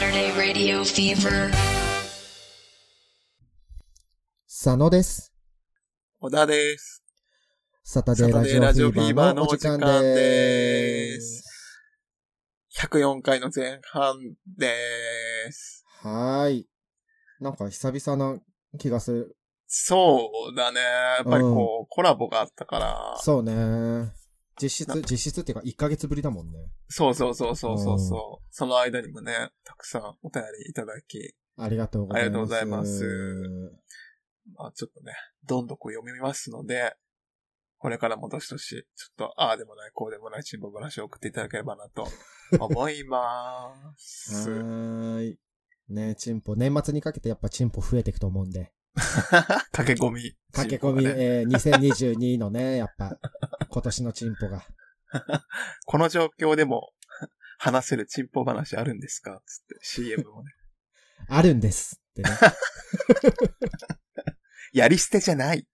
Radio Fever. 佐野です。小田です。サタデサタデーーララジジオオフィフィーーババーーののおお時時間間でですす。104回の前半です。はーい。なんか久々な気がする。そうだね。やっぱりこう、コラボがあったから、そうね。実な質、実質っていうか1ヶ月ぶりだもんね。そうそうそうそうそうそう、その間にもね、たくさんお便りいただき、ありがとうございます。ありがとうございます。まあちょっとね、どんどんこう読みますので、これからもどしどし、ちょっと、ああでもない、こうでもない、辛抱話を送っていただければなと思いまはす。ーい。ねチンポ。年末にかけてやっぱチンポ増えていくと思うんで。 駆け込み。駆け込み、えー、2022の ね、やっぱ、今年のチンポが。この状況でも話せるチンポ話あるんですかつって CM もね。あるんですってね。やり捨てじゃない。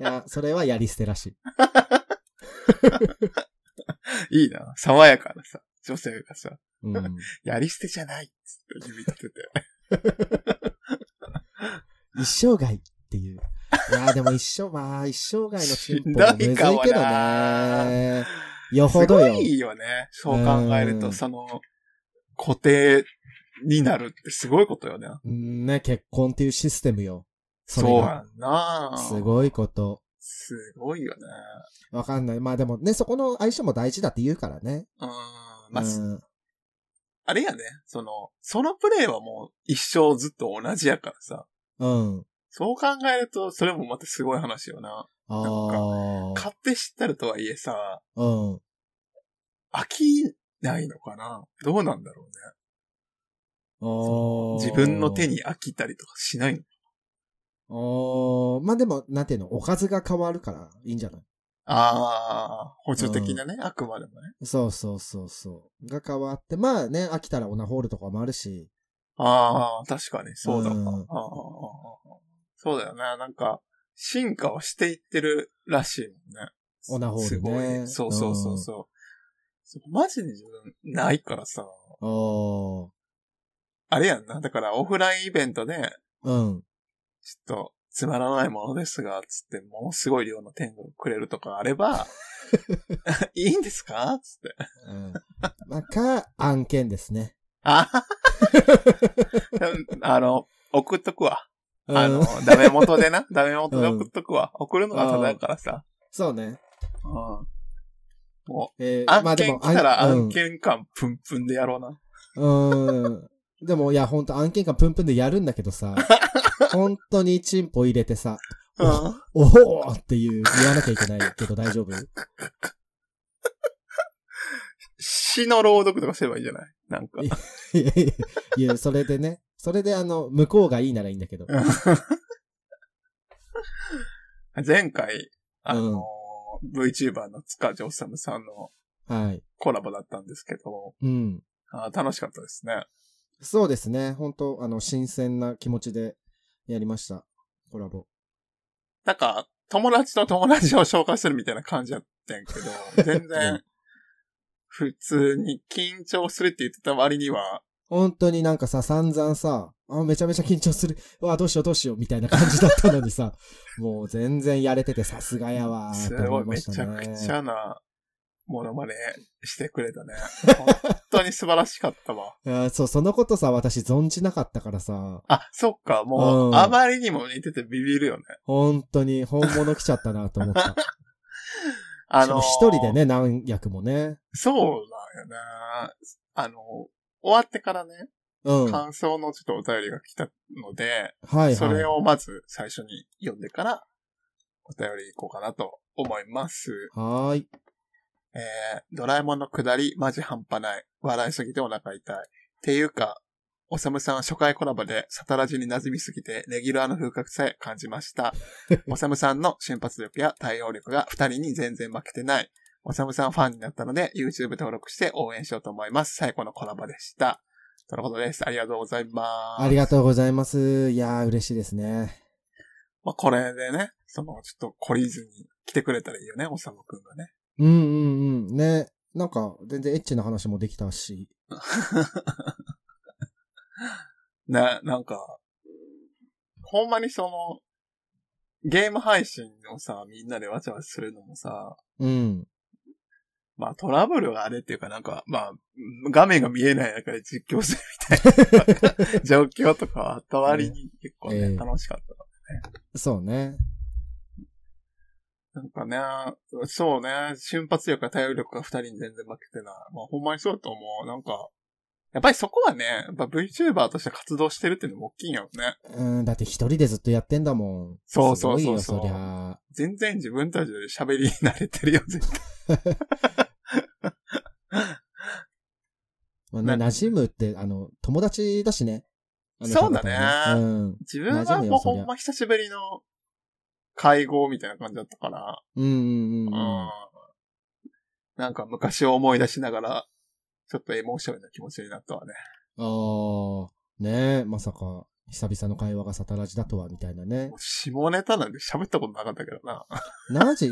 いや、それはやり捨てらしい。いいな。爽やかなさ、女性がさ、うん。やり捨てじゃない。つって指立てて。一生涯っていう。いやーでも一生、まあ一生涯のチンポもむしんずどいいけかどもなね。よほどすごよ。いよね。そう考えるうと、んその、固定になるってすごいことよね。うんね、結婚っていうシステムよ。それそうがやんなすごいこと。すごいよね。わかんない。まあでもね、そこの相性も大事だって言うからね。うん。まあ、うん、あれやね。その、そのプレイはもう一生ずっと同じやからさ。うん。そう考えると、それもまたすごい話よな。ああ。買って知ったるとはいえさ、うん。飽きないのかなどうなんだろうね。あー自分の手。に飽きたりとかしないのあーまあでも、なんていうの、おかずが変わるから、いいんじゃないああ、補助的なね、あくまでもね。そうそうそうそう。が変わって、まあね、飽きたらオナホールとかもあるし。ああ、確かに、そうだわ、うんあーあーあーあーそうだよね。なんか、進化をしていってるらしいもんね。オナホールねすごい。そうそうそうそう。そこマジで自分、ないからさ。ああ。あれやんな。だから、オフラインイベントで、うん。ちょっと、つまらないものですが、つって、ものすごい量の天をくれるとかあ れば、いいんですかつって。うん。まあ、か、案件ですね。ああの、送っとくわ。うん あの、ダメ元 でな。ダメ元で送っとくわ。送るのがただだからさ。そうね。うん。もえう、ー、まあ案で件も、来たらあん案件感プンプンでやろうな。うん。うんでも、いや、ほんと案件感プンプンでやるんだけど さ、本当にチンポ入れてさ、 うん。おほーっていう言わなきゃいけないけど大丈夫 詩の朗読とかすればいいんじゃないなんか。いやいやいや、それでね、それであの、向こうがいいならいいんだけど。 前回、あの、VTuber の塚地治さんのはい。コラボだったんですけど、うん。あー楽しかったですね。そうですね。本当あの、新鮮な気持ちでやりました。コラボ。なんか、友達と友達を紹介するみたいな感じやってんけど、全 う然、普通に緊張するって言ってた割には、本当になんかさ、散々さ、あ、めちゃめちゃ緊張する。うわ、どうしようどうしよう、みたいな感じだったのにさ、 もう全然やれててさすがやわーすってご思いいまめしたちゃくね。ちゃな、ものまねしてくれ たね。本当に素晴らしかったわ。あそう、そのことさ、私存じなかったからさ、あ、そっか、うもんう、あまりにも似ててビビるよね。本当に本物来ちゃったなと思った。 あのーしかも一人でね、何役もね。そうなんよね。あの、終わってからね、うん。はい感想のちょっとお便りが来たので、はい。それをまず最初に読んでから、お便り行こうかなと思います。はーい。えー、ドラえもんの下り、マジ半端ない。笑いすぎてお腹痛い。っていうか、おさむさん初回コラボでサタラジに馴染みすぎて、レギュラーの風格さえ感じま した。おさむさんの瞬発力や対応力が二人に全然負けてない。おさむさんファンになったので、YouTube 登録して応援しようと思います。最高のコラボでした。とのことです。ありがとうございます。ありがとうございます。いやー、嬉しいですね。まあ、これでね、その、ちょっと懲りずに来てくれたらいいよね、おさむくんがね。うんうんうん。ね。なんか、全然エッチな話もできたし。な、なんか、ほんまにその、ゲーム配信をさ、みんなでわちゃわちゃするのもさ、うん。まあトラブルがあれっていうかなんか、まあ、画面が見えない中で実況するみたいな状況とかはあった割に結構えね、え楽しかった。そうね。なんかね、そうね、瞬発力や対応力が二人に全然負けてない。まあほんまにそうだと思う。なんか、やっぱりそこはね、やっぱ VTuber として活動してるっていうのも大きいんやろね。うん、だって一人でずっとやってんだもん。そうそうすごいよそうそうそりゃ。全然自分たちより喋りに慣れてるよ、絶対。まあ、なね馴染むって、あの、友達だしね。あのそうだたまたまねうん。自分馴染むはもうよそりゃほんま久しぶりの会合みたいな感じだったから、うんうんうんうんうん。なんか昔を思い出しながら、ちょっとエモーションな気持ちになったわね。ああ、ねえ、まさか、久々の会話がサタラジだとは、みたいなねもう。下ネタなんで喋ったことなかったけどな。何 時、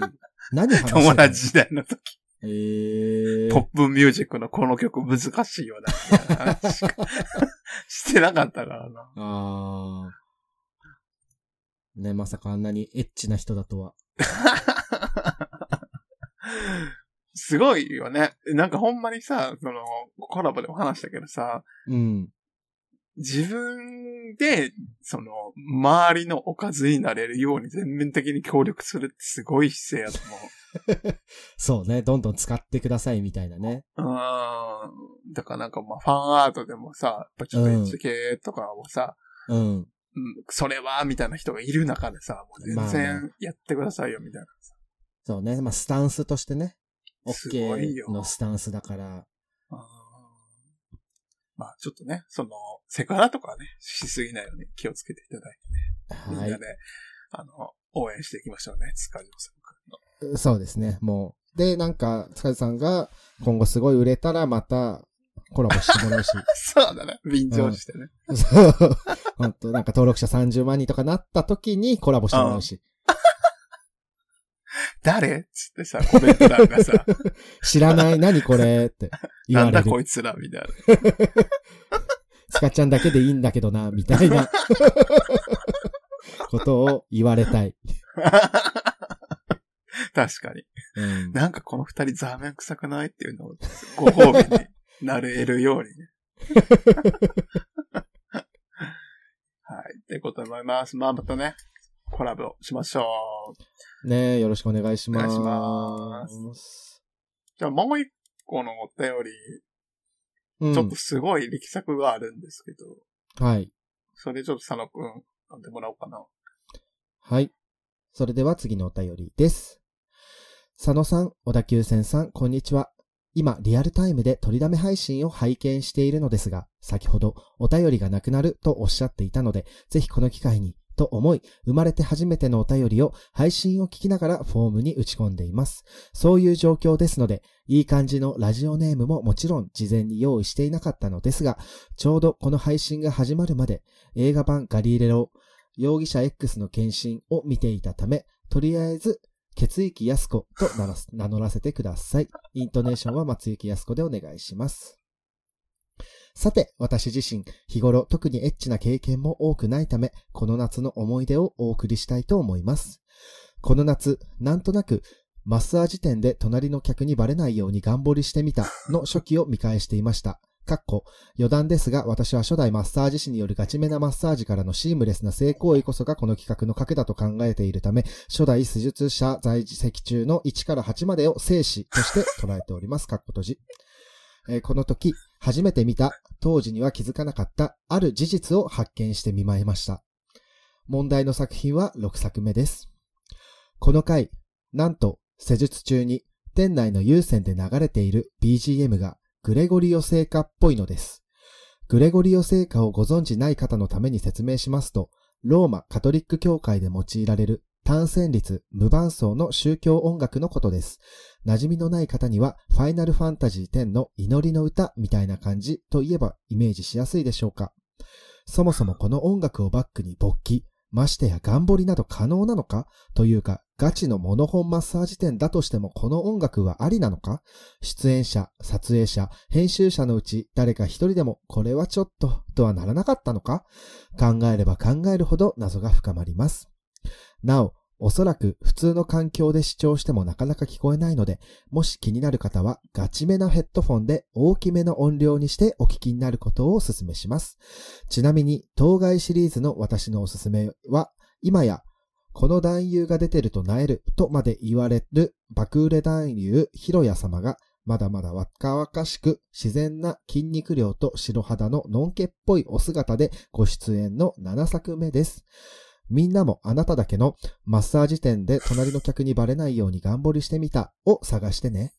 何話してたの友達。時代の時、ええポップミュージックのこの曲難しいよな。 みたいな話しかしてなかったからな。ああ。ね、まさかあんなにエッチな人だとは。すごいよね。なんかほんまにさ、その、コラボでも話したけどさ、うん。自分で、その、周りのおかずになれるように全面的に協力するってすごい姿勢やと思う。そうね、どんどん使ってください、みたいなね。うーん。だからなんかまあファンアートでもさ、やっぱちょっとエッジ系とかもさ、うん。うん、それは、みたいな人がいる中でさ、もう全まあ然やってくださいよ、みたいな。そうね、まあ、スタンスとしてね。すごいよ OK のスタンスだから。うーんまあちょっとね、その、セクハラとかはね、しすぎないように気をつけていただいて、みんはないで、。あの、応援していきましょうね、塚地さん の。そうですね、もう。で、なんか、塚地さんが、今後すごい売れたら、また、コラボしてもらう し。 そうだね、便乗してね。そう。本当なんか登録者30万人とかなった時にコラボしてもらうし。誰つってさ、コメント欄がさ、知らない、何これ って 言なわんれだこる。いつら、みたいな。スカちゃんだけでいいんだけどな、みたいな ことを言われたい。 確かに。うん、なんかこの二人ザーメン臭くないっていうのをご褒美になれるようにね。 はい。ってことで思います。まあ、またね、コラボしましょう。ねえ、よろしくお願いします。お願いしすじゃあもう一個のお便り、うん、ちょっとすごい力作があるんですけど、はい。それちょっと佐野くん読んでもらおうかな。はい。それでは次のお便りです。佐野さん、小田急線さん、こんにちは。今、リアルタイムで取りだめ配信を拝見しているのですが、先ほどお便りがなくなるとおっしゃっていたので、ぜひこの機会に、と思い、生まれて初めてのお便りを配信を聞きながらフォームに打ち込んでいます。そういう状況ですので、いい感じのラジオネームももちろん事前に用意していなかったのですが、ちょうどこの配信が始まるまで、映画版ガリレロ容疑者 X の献身を見ていたため、とりあえず、血液安子と名ら名乗らせてください。イントネーションは松雪安子でお願いします。さて、私自身、日頃特にエッチな経験も多くないため、この夏の思い出をお送りしたいと思います。この夏、なんとなく、マッサージ店で隣の客にバレないように頑張りしてみたの初期を見返していました。かっこ、余談ですが、私は初代マッサージ師によるガチめなマッサージからのシームレスな性行為こそがこの企画の賭けだと考えているため、初代施術者在籍中の1から8までを生死として捉えております。かっこ閉じ。えーこの時、初めて見た、当時には気づかなかった、ある事実を発見してみまいました。問題の作品は6作目です。この回、なんと、施術中に、店内の有線で流れている BGM が、グレゴリオ聖歌っぽいのです。グレゴリオ聖歌をご存知ない方のために説明しますと、ローマカトリック教会で用いられる単旋律無伴奏の宗教音楽のことです。馴染みのない方には、ファイナルファンタジー10の祈りの歌みたいな感じといえばイメージしやすいでしょうか。そもそもこの音楽をバックに勃起、ましてやガンボリなど可能なのかというか、ガチのモノホンマッサージ店だとしてもこの音楽はありなのか出演者、撮影者、編集者のうち誰か一人でもこれはちょっととはならなかったのか考えれば考えるほど謎が深まります。なお、おそらく普通の環境で視聴してもなかなか聞こえないので、もし気になる方はガチめのヘッドフォンで大きめの音量にしてお聞きになることをお勧めします。ちなみに、当該シリーズの私のおすすめは、今や、この男優が出てるとなえるとまで言われる爆売れ男優ヒロヤ様が、まだまだ若々しく自然な筋肉量と白肌ののんけっぽいお姿でご出演の7作目です。みんなもあなただけのマッサージ店で隣の客にバレないように頑張りしてみたを探してね。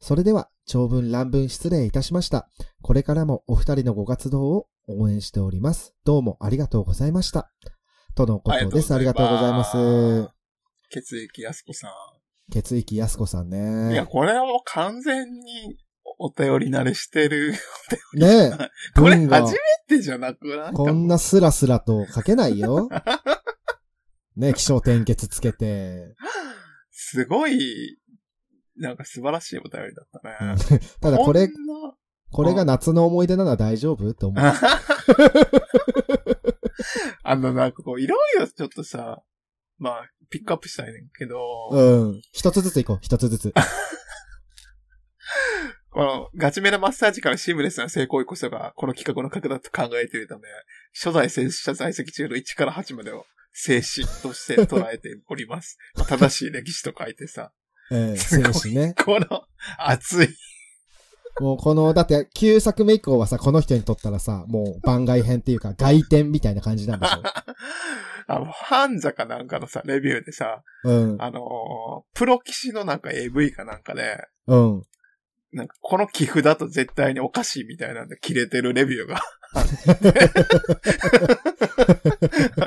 それでは長文乱文失礼いたしました。これからもお二人のご活動を応援しております。どうもありがとうございました。とのことです。ありがとうございます。。血液安子さ血液安子さんん。いや、ね。これはもう完全にお便り慣れしてる。。ねえこれ文が初めてじゃなくない こんなスラスラと書けない よ。ねえ、気象転結つけて。すごい、なんか素晴らしいお便りだったね。ただこれ、ん なこれが夏の思い出なら大丈夫って思う。あの、なんかこう、いろいろちょっとさ、まあ、ピックアップしたいねんけど、うん。一つずつ行こう、一つずつ。このガチめなマッサージからシームレスな成功こそが、この企画の核だと考えているため、初代戦車在籍中の1から8までを静止として捉えてお ります。正しい歴史と書いてさ、ええ、すごい精子ね。この熱い、もうこの、だって9作目以降はさ、この人にとったらさ、もう番外編っていうか外転みたいな感じなんでしあの、ハンザかなんかのさ、レビューでさ、 ょ。うん。あのープロ騎士のなんか AV かなんかで、うん。なんかこの寄付だと絶対におかしいみたいなんで、切れてるレビューが。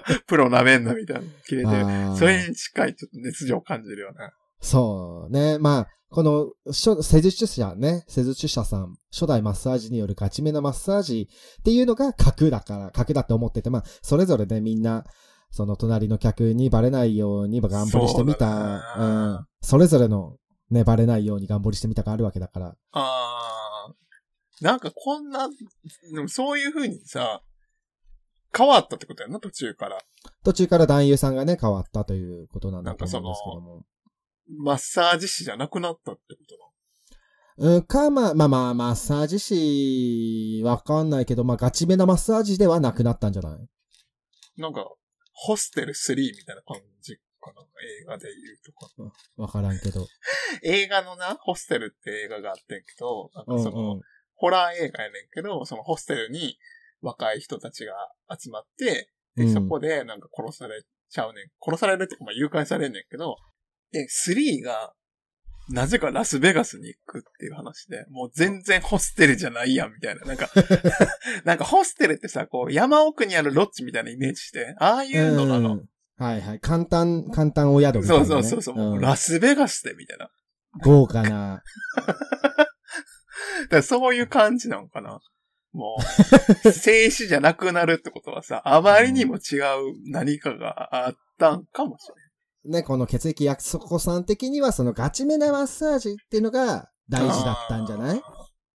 プロなめんなみたいな、切れてる。あーそれに近い、ちょっと熱情を感じるよね。そうね。まあ、この、初施術者ね、施術者さん、初代マッサージによるガチめなマッサージっていうのが核だから、核だって思ってて、まあ、それぞれでみんな、その隣の客にバレないように頑張りしてみた、そうだねうん。それぞれの、ね、バレないように頑張りしてみたがあるわけだから。あー。なんかこんな、でもそういう風にさ、変わったってことやな、途中から。途中から男優さんがね、変わったということなんだと思うんですけども。マッサージ師じゃなくなったってことうん、か、まあ、まあまあ、マッサージ師、わかんないけど、まあ、ガチめなマッサージではなくなったんじゃないな。なんか、ホステル3みたいな感じかな、映画で言うとか。わからんけど。映画のな、ホステルって映画があってんけど、なんうかんその、うん。ホラー映画やねんけど、そのホステルに若い人たちが集まって、うで、んそこでなんか殺されちゃうねん。殺されるとか、まあ、誘拐されんねんけど、で、3が、なぜかラスベガスに行くっていう話で、もう全然ホステルじゃないやん、みたいな。な んか、なんかホステルってさ、こう、山奥にあるロッジみたいなイメージして、ああいうのなの。んはいはい。簡単、簡単お宿みたいな、そうね。そうそうそう、もううんラスベガスで、みたいな。豪華な。だからそういう感じなのかな。も う、静止じゃなくなるってことはさ、あまりにも違う何かがあったんかもしれない。ね、この血液薬子さん的には、そのガチめなマッサージっていうのが大事だったんじゃない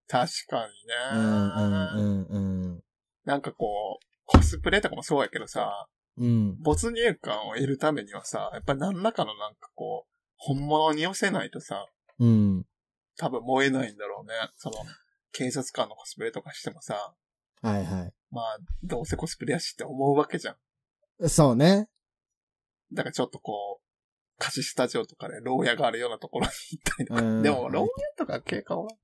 確かうにね。んうんうんなんかこう、コスプレとかもそうやけどさ、うん。うん。没入感を得るためにはさ、やっぱ何らかのなんかこう、本物に寄せないとさ、うん。多分燃えないんだろうね。その、警察官のコスプレとかしてもさ、はいはまあ、どうせコスプレやしって思うわけじゃん。い。そうね。だからちょっとこう、貸しスタジオとかで牢屋があるようなところに行ったりとかうんでも、牢屋とか警官はなん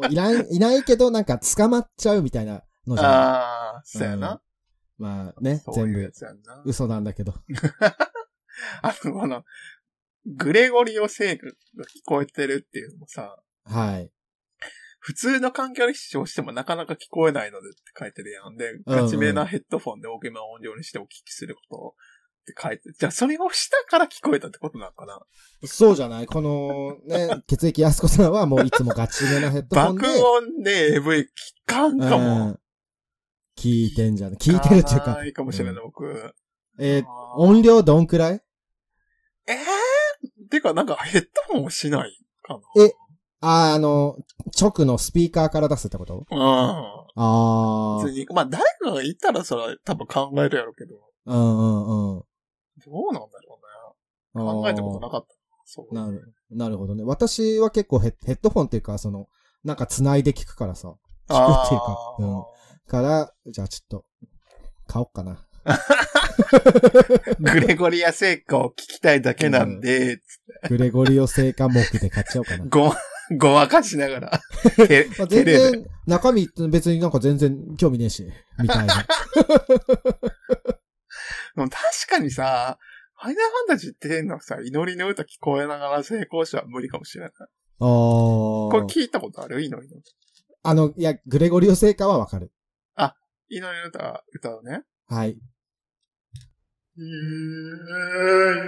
か。いらん、いないけど、なんか捕まっちゃうみたいなのじゃないああ、そうやな。まあね、そう全いうや部つやんな。嘘なんだけど。あの、この、グレゴリオ聖句が聞こえてるっていうのもさ、はい。普通の環境で視聴してもなかなか聞こえないのでって書いてるやん。で、うんうんガチめなヘッドフォンで大きめの音量にしてお聞きすることって書いてじゃあそれをしたから聞こえたってことなのかなそうじゃないこの、ね、血液安子さんはもういつもガチめなヘッドホンで爆。音で AV 聞かんかうも。ん聞いてんじゃん。聞いてるっていうかな。いかもしれない、僕。えーあー音量どんくらいてか、なんかヘッドホンをしないかな。あー、あの、直のスピーカーから出すってことうん。あ別ー。に、まあ誰かがいたらそれは多分考えるやろうけど、うんうんうん。どうなんだろうね。考えたことなかった。そう。なる、なるほどね。私は結構ヘッヘッドホンっていうか、その、なんか繋いで聞くからさ。聞くっていうかあ。うーん。から、じゃあちょっと、買おっかな。グレゴリア聖歌を聞きたいだけなんで、グレゴリオ聖歌目で買っちゃおうかな。 ごま、ごまかしなが ら、テまあ、全テレビ。然、中身別になんか全然興味ねえし、みたい な。でも確かにさ、ファイナルファンタジーってのはさ、祈りの歌聞こえながら成功者は無理かもしれない。あーこれ聞いたことある祈りの歌。あの、いや、グレゴリオ聖歌はわかる。祈りの歌、歌うね。はい。ゆる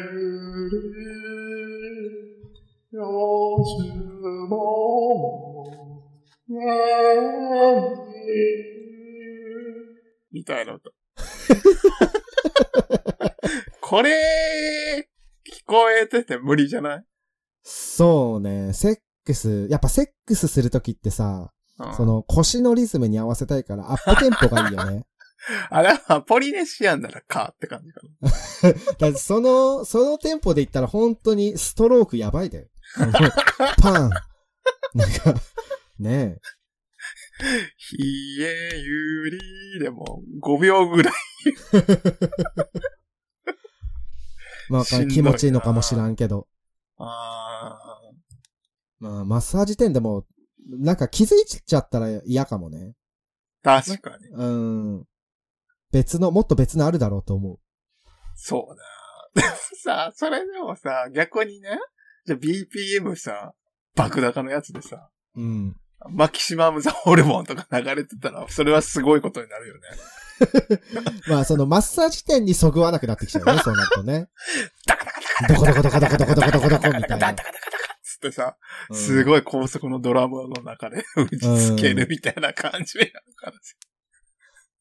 りよしもみたいな歌。これ、聞こえてて無理じゃない、そうね、セックス、やっぱセックスするときってさ、うんその腰のリズムに合わせたいからアップテンポがいいよ ね。あれはポリネシアンならかって感じかだってその、そのテンポで言ったら本当にストロークやばいだよ。 パン。なんか、ねえ。な。ひえゆりでも5秒ぐらい。まあしんどいな気持ちいいのかもしらんけど。あーまあマッサージ店でも、なんか気づいちゃったら嫌かもね。確かに。うん。別の、もっと別のあるだろうと思う。そうな。でもさ、それでもさ、逆にね、じゃあ BPM さ、爆高のやつでさ、うん。マキシマムザホルモンとか流れてたら、それはすごいことになるよね。まあそのマッサージ店にそぐわなくなってきちゃうね、そうなるとね。ダカダカダどこどこどこどこどこどこどこどこみカたダカいダカダカダカな。ダカダカっつってさ、うん すごい高速のドラムの中で打ち付けるみたいな感じで。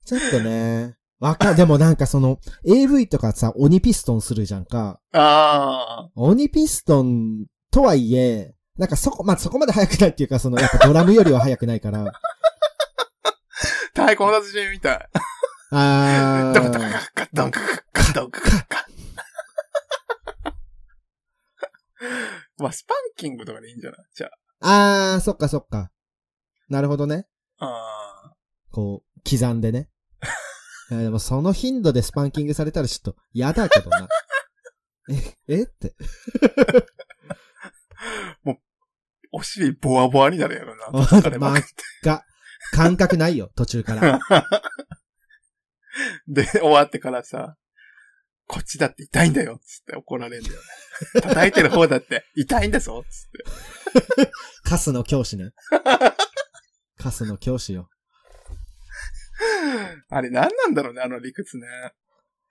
ちょっとね。わか、でもなんかその、AV とかさ、鬼ピストンするじゃんか。あ鬼ピストンとはいえ、なんかそこ、まあ、そこまで速くないっていうか、その、やっぱドラムよりは速くないから。あ、太鼓の達人みたい。あドンカー。カドンカカカドンカカカ。まあ、スパンキングとかでいいんじゃないじゃあ。あー、そっかそっか。なるほどね。あーこう、刻んでね。 いやでもその頻度でスパンキングされたらちょっと嫌だけどな。 え、え って。お尻ボワボワになるや ろな。疲れまくって。が、感覚ないよ、途中から。で、終わってからさ、こっちだって痛いんだよ、つって怒られるんだよね。叩いてる方だって痛いんだぞ、つって。カスの教師 ね。カスの教師よ。あれ何なんだろうね、あの理屈ね。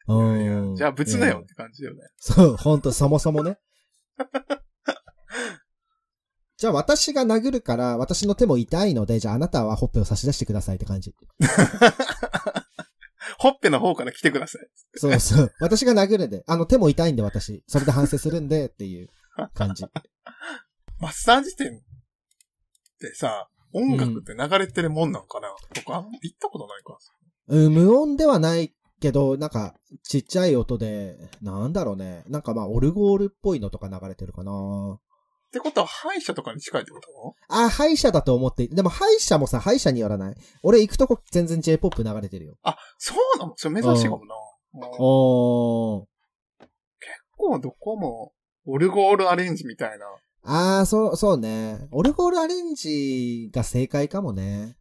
うん。じゃあ、ぶつなうよんって感じだよね。そう、ほんと、そもそもね。 じゃあ私が殴るから、私の手も痛いので、じゃああなたはほっぺを差し出してくださいって感じ。ほっぺの方から来てください。そう そう。私が殴るんで、あの手も痛いんで私。それで反省するんで、っていう感じ。マッサージ店ってさ、音楽って流れてるもんなんかな、僕あんま行ったことないからさ。うん、無音ではないけど、なんか、ちっちゃい音で、なんだろうね。なんかまあ、オルゴールっぽいのとか流れてるかな。ってことは歯医者とかに近いってことあ、歯医者だと思って、でも歯医者もさ、歯医者によらない。俺行くとこ全然 J-POP 流れてるよ。あ、そうなのそれ珍しいかもな。うんおー。結構どこも、オルゴールアレンジみたいな。あー、そう、そうね。オルゴールアレンジが正解かもね。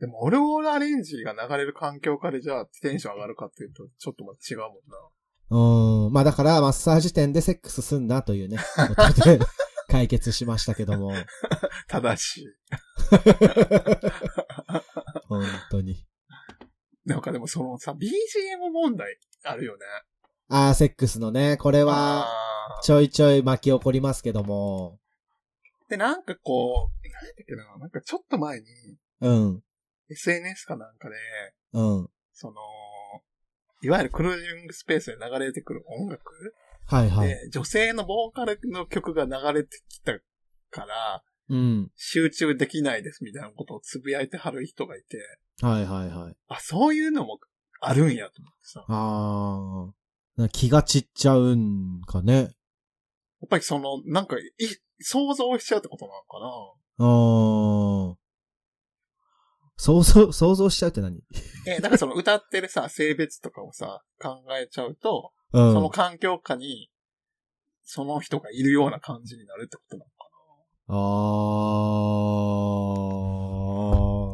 でも、オルゴールアレンジが流れる環境下でじゃあテンション上がるかっていうと、ちょっとまた違うもんな。うん。まあだから、マッサージ店でセックスすんなと いうね、ことで解決しましたけども。正しい。本当に。なんかでもそのさ、BGM 問題あるよね。あー、セックスのね、これは、あちょいちょい巻き起こりますけども。ーで、なんかこう、なんだっけな、なんかちょっと前に、うん。 SNS かなんかで、うん。その、いわゆるクロージングスペースで流れてくる音楽はいはい。で、女性のボーカルの曲が流れてきたから、うん。集中できないですみたいなことをつぶやいてはる人がいて、はいはいはい。あ、そういうのもあるんやと思ってさ。あー。なんか気が散っちゃうんかね。やっぱりその、なんか、い、想像しちゃうってことなのかあなー。想像、想像しちゃうって何え、だからその歌ってるさ、性別とかをさ、考えちゃうと、うん。その環境下に、その人がいるような感じになるってことなのか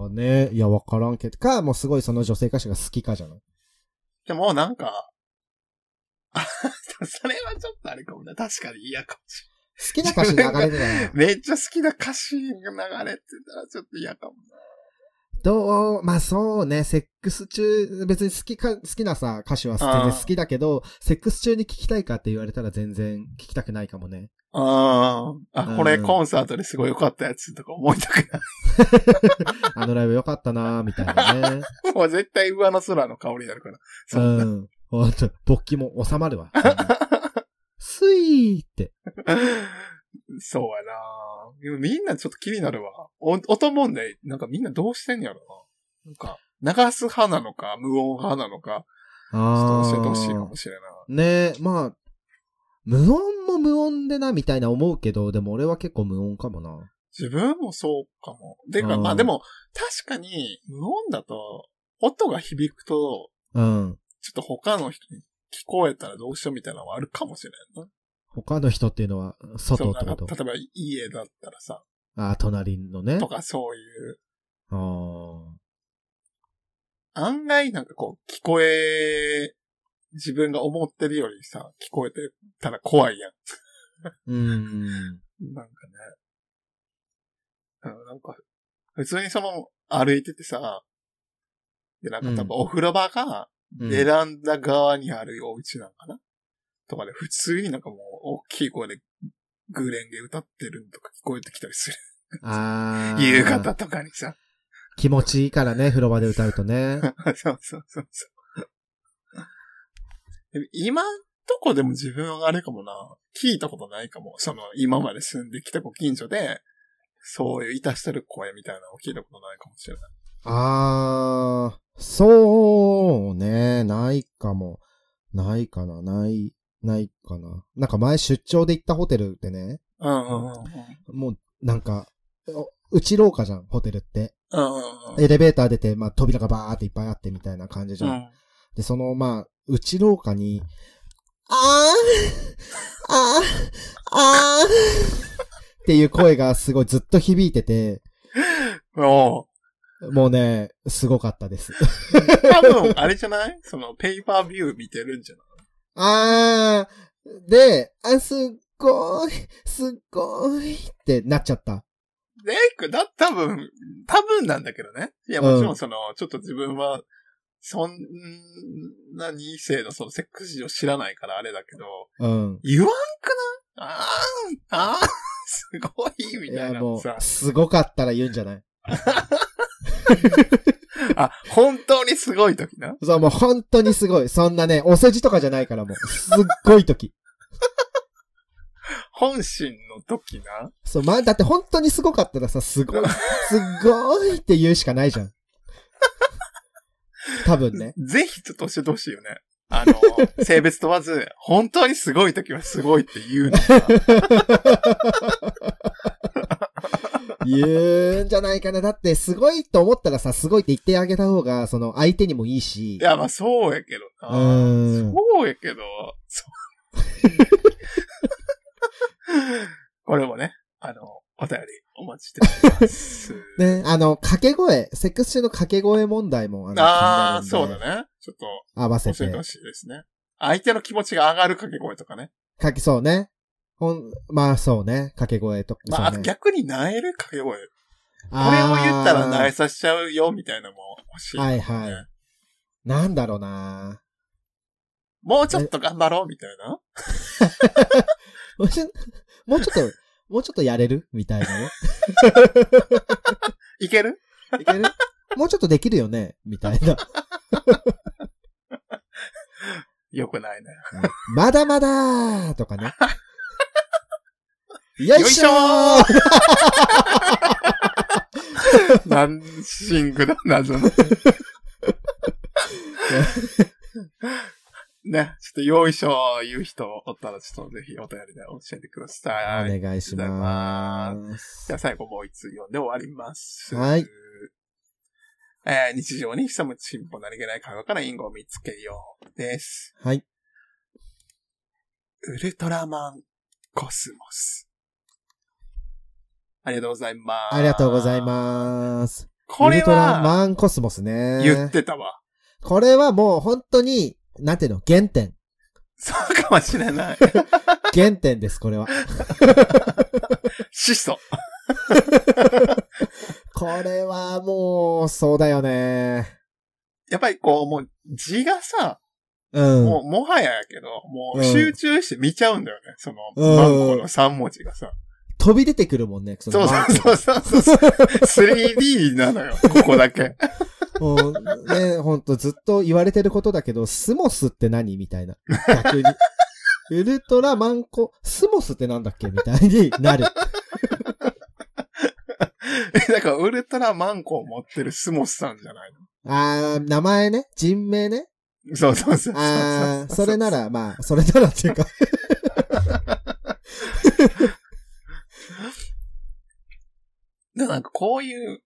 あー。ねいや、わからんけど。か、もうすごいその女性歌手が好きかじゃないな。でもなんか、 あ、それはちょっとあれかもね。確かに嫌かもし好きな歌手流れてたら れ、ない。めっちゃ好きな歌詞が流れてたらちょっと嫌かもな。どう、まあそうね、セックス中、別に好きか、好きなさ、歌手は全然好きだけど、セックス中に聞きたいかって言われたら全然聞きたくないかもね。あーあ、これうんコンサートですごい良かったやつとか思いたくなあのライブ良かったなーみたいなね。い。もう絶対上の空の香りになるから。 うそんな。ん。ほんと、勃起も収ま るわ。スイーって。そうやなでもみんなちょっと気になるわ。お、音もんで、なんかみんなどうしてんやろな。なんか、流す派なのか、無音派なのか、ちょあっー。と教えてほしいかもしれない。ねえ、まあ、無音も無音でな、みたいな思うけど、でも俺は結構無音かもな。自分もそうかも。てか、うんまあでも、確かに、無音だと、音が響くと、うん。ちょっと他の人に聞こえたらどうしようみたいなのはあるかもしれないな。他の人っていうのは、そ外うってなこんかと。例えば家だったらさ、あー隣のねと。かそういう、あー。案外なんかこう、聞こえ、自分が思ってるよりさ、聞こえてたら怖いやん。うん。なんかね。うんなんか、普通にその、歩いててさ、で、なんか多分お風呂場が、うんベランダ側にあるお家なんかな、とかで、普通になんかもう、大きい声で、グレンゲ歌ってるのとか聞こえてきたりする。あー夕方とかにさ。 気持ちいいからね、風呂場で歌うとね。そうそうそうそう。でも今んとこでも自分はあれかもな、聞いたことないかも。その、今まで住んできたご近所で、そういういたしてる声みたいなのを聞いたことないかもしれない。あー、そうね、ないかも。ないかな、ない、ないかな。なんか前出張で行ったホテルってね、うんうんうんうん。もうなんか、うち廊下じゃん、ホテルって。うんうんうん。エレベーター出て、まあ扉がバーっていっぱいあってみたいな感じじうゃん。んで、その、まあ、内廊下に、あー、あー、あー、っていう声がすごいずっと響いてて、ももうね、すごかったです。う、多分、あれじゃないその、ペーパービュー見てるんじゃないあー、で、あ、すっごい、すっごいってなっちゃった。レイク、だ、多分、多分なんだけどね。いや、もちろんその、ちょっと自分は、そんなに異性のそのセックス事情知らないからあれだけど、うん。言わんくないあーん、あーん、すごい、みいたいや、なもさう、。すごかったら言うんじゃないあ、本当にすごい時な。そう、もう本当にすごい。そんなね、お世辞とかじゃないからもう、すっごい時。本心の時な。そう、まあ、だって本当にすごかったらさ、すごい、すごいって言うしかないじゃん。多分ね。ぜひちょっと教えてほしいよね。あ の、性別問わず、本当にすごい時はすごいって言うのさ。言うんじゃないかな。だって、すごいと思ったらさ、すごいって言ってあげた方が、その、相手にもいいしい。や、まあそうやけどうな。ーん。そうや けど、そうこれもね、あの、お便りお待ちしております。ね、あの、掛け声、セックス中の掛け声問題も、 あの、ああ、気になそるうんでだ。ね。ちょっと、合わせ教えててほ。しいですね。相手の気持ちが上がる掛け声とかね。かけ、そうね。ほん、まあ、そうね。掛け声とか。まあ、あそうとね、逆に萎える掛け声。こあれを言ったらー萎えさせちゃうよ、みたいなのも欲しい、はいはい。なんだろうな もうちょっと頑張ろう、みたいな。もうちょもうちょっと、もうちょっとやれるみたいなね。いけるいけるもうちょっとできるよねみたいな。良くないね。うんまだまだーとか ね。よいしょよー何シングル謎の。ね、ちょっとよいしょ言う人おったら、ちょっとぜひお便りで教えてください。お願いしまじすゃあ。最後もう一通読んで終わります。はい。えー日常に潜む進歩何気ない会話から因果を見つけようです。はい。ウルトラマンコスモス。ありがとうございます。ありがとうございす。ます。こウれルトラは、マンコスモスね。言ってたわ。これはもう本当に、なんていうの、原点。そうかもしれない。 原点です、これは。始祖。これはもう、そうだよね。やっぱりこう、もう字がさ、うん。もうもはややけど、もううん集中して見ちゃうんだよね。その、うんマンコの3文字がさ。飛び出てくるもんね。そそうのマンコそうそうそうそう。3D な のよ、ここだけ。 うんね、ほんとずっと言われてることだけど、スモスって何みたいな。逆 に。ウルトラマンコ、スモスってなんだっけみたいになる。だから、ウルトラマンコを持ってるスモスさんじゃないあー、名前ね人名ねの。そうそうそうあー、それなら。ら、まあ、それならっていうか。でもなんかこういう、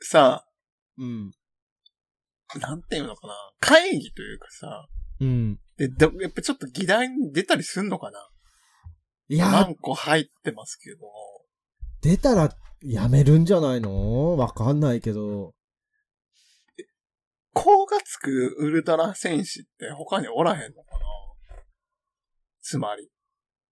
さ、うん。なんていうのかな、会議というかさ、うん。で、どやっぱちょっと議題に出たりすんのかないマや、ンコ入ってますけど。出たらやめるんじゃないのわかんないけど。こうがつくウルトラ戦士って他におらへんのかなつまり。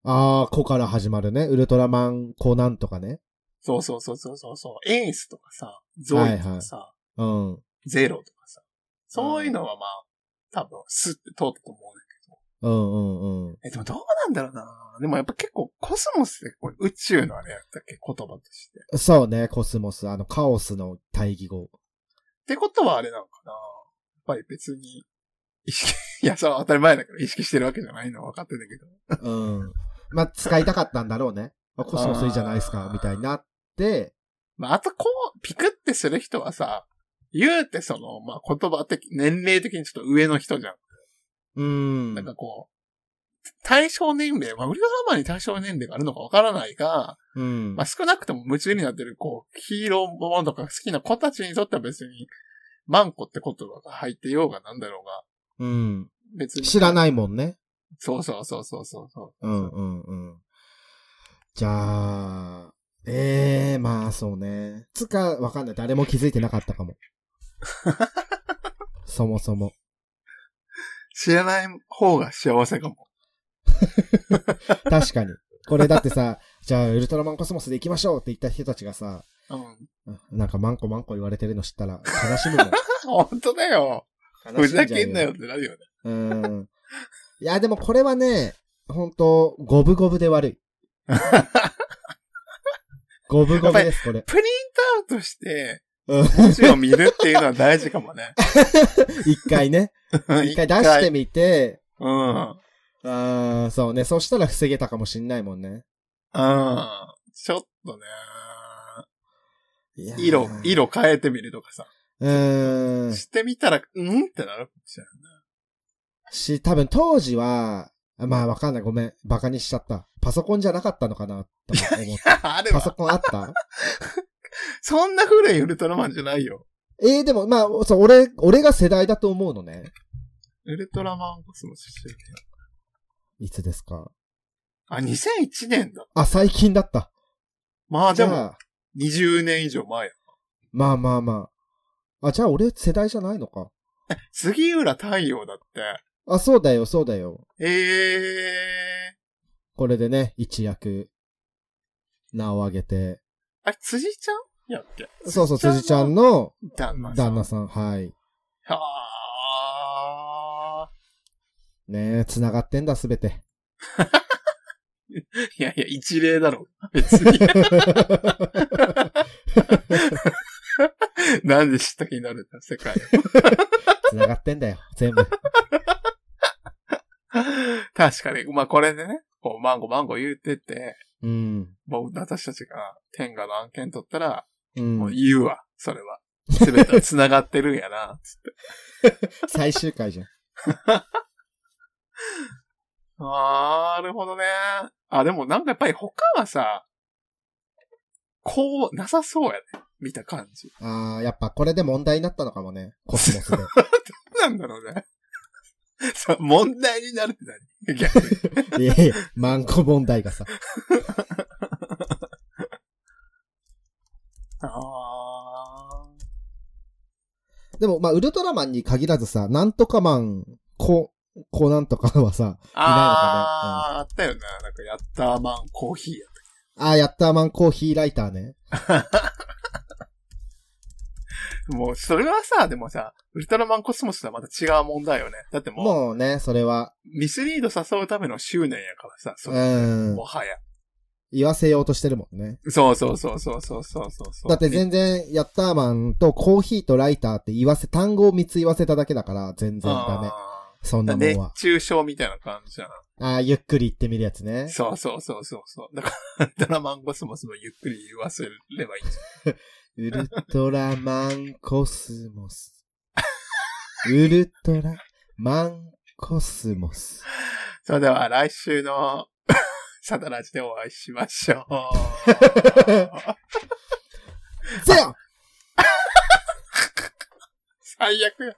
あー、子から始まるね。ウルトラマンコなんとかね。そうそうそうそうそうそう。エースとかさ、ゾイとかさ、うん。ゼロとかさ。そういうのはまあ、多分、スって通ったと思うね。うんうんうん。え、でもどうなんだろうなでもやっぱ結構コスモスってこれ宇宙のあれやったっけ言葉として。っそうね、コスモス。あの、カオスの対義語。てことはあれなのかなやっぱり別に、意識、 いや、そう当たり前だけど、意識してるわけじゃないのは分かってんだけど。うん。まあ、使いたかったんだろうね。あコスモスいいじゃないですか、みたいになって、まあ、あとこう、ピクってする人はさ、言うてその、まあ、言葉的、年齢的にちょっと上の人じゃん。うんなんかこう、対象年齢、まあ、ウルトラマンに対象年齢があるのかわからないが、うんまあ、少なくとも夢中になってる、こう、ヒーローものとか好きな子たちにとっては別に、マンコって言葉が入ってようがなんだろうが、うん。別に。知らないもんね。そうそうそうそうそうそう。うんうんうん。じゃあ、ええー、まあそうね。つか、わかんない。誰も気づいてなかった かも。そもそも。知らない方が幸せかも。確かに。これだってさ、じゃあ、ウルトラマンコスモスで行きましょうって言った人たちがさ、うん。 なんかマンコマンコ言われてるの知ったら悲しむもん。本当だよ。悲ふしんざじゃうけんなよってなるよね。うん。いや、でもこれはね、本当五分五分で 悪い。五分五分です、これ。プリントアウトして、 うん文字を見るっていうのは大事かもね。一回ね。 一回出してみて、うん。あーそうね。そしたら防げたかもしんないもんね。うん。ちょっとね、いやー色、。色変えてみるとかさ。うーん。してみたら、うんってなるかもしれない。し、多分当時は、まあわかんない。ごめん。バカにしちゃった。パソコンじゃなかったのかなと 思った。あれパはソ、コンあったそんな古いウルトラマンじゃないよ。えー、でも、まあ、そう、俺、俺が世代だと思うのね。ウルトラマンコスモスしてるね。いつですかあ、2001年だ。あ、最近だった。まあじでゃも、あ、 20年以上前や。まあまあまあ。あ、じゃあ俺世代じゃないのか。杉浦太陽だって。あ、そうだよ、そうだよ。ええー。これでね、一躍、名を上げて。あれ、辻ちゃんやっけそうそう、辻ちゃんの旦那さん。旦那さん、はい。はあ。ねえ、繋がってんだ、すべて。いやいや、一例だろ。別に。なんで知った気になるんだ、世界。 繋がってんだよ、全部。確かに。まあこれでね、こう、マンゴーマンゴー言ってて、うん。僕、私たちが天下の案件取ったら、う。もうん言うわ、それは。すべては繋がってるんやな、 つって。最終回じゃん。あーなるほどね。あ、でもなんかやっぱり他はさ、こう、なさそうやね。見た感じ。あー、やっぱこれで問題になったのかもね。コス モスで。なんだろうね。 さ、問題になるって何逆に。いやいや、マンコ問題がさ。あーでも、まあ、ウルトラマンに限らずさ、なんとかマン、こう、こうなんとかはさ、あー、あったよな。なんか、ヤッターマンコーヒーやったあー、ヤッターマンコーヒーライターね。もう、それはさ、でもさ、ウルトラマンコスモスとはまた違う問題よね。だってもう、もうね、それは、ミスリード誘うための執念やからさ、それうんも。はや。言わせようとしてるもんね。そうそうそうそうそうそうそうそう。だって全然、ヤッターマンとコーヒーとライターって言わせ、単語を3つ言わせただけだから、全然ダメ。あそんーなもん熱は。中症みたいな感じじゃん。ああ、ゆっくり言ってみるやつね。そうそうそうそうそう。だから、ウルトラマンコスモスもゆっくり言わせればいいんじウルトラマンコスモス。 ウルトラマンコスモス。ゃん。それでは、来週の サタラジでお会いしましょう。せや最悪や。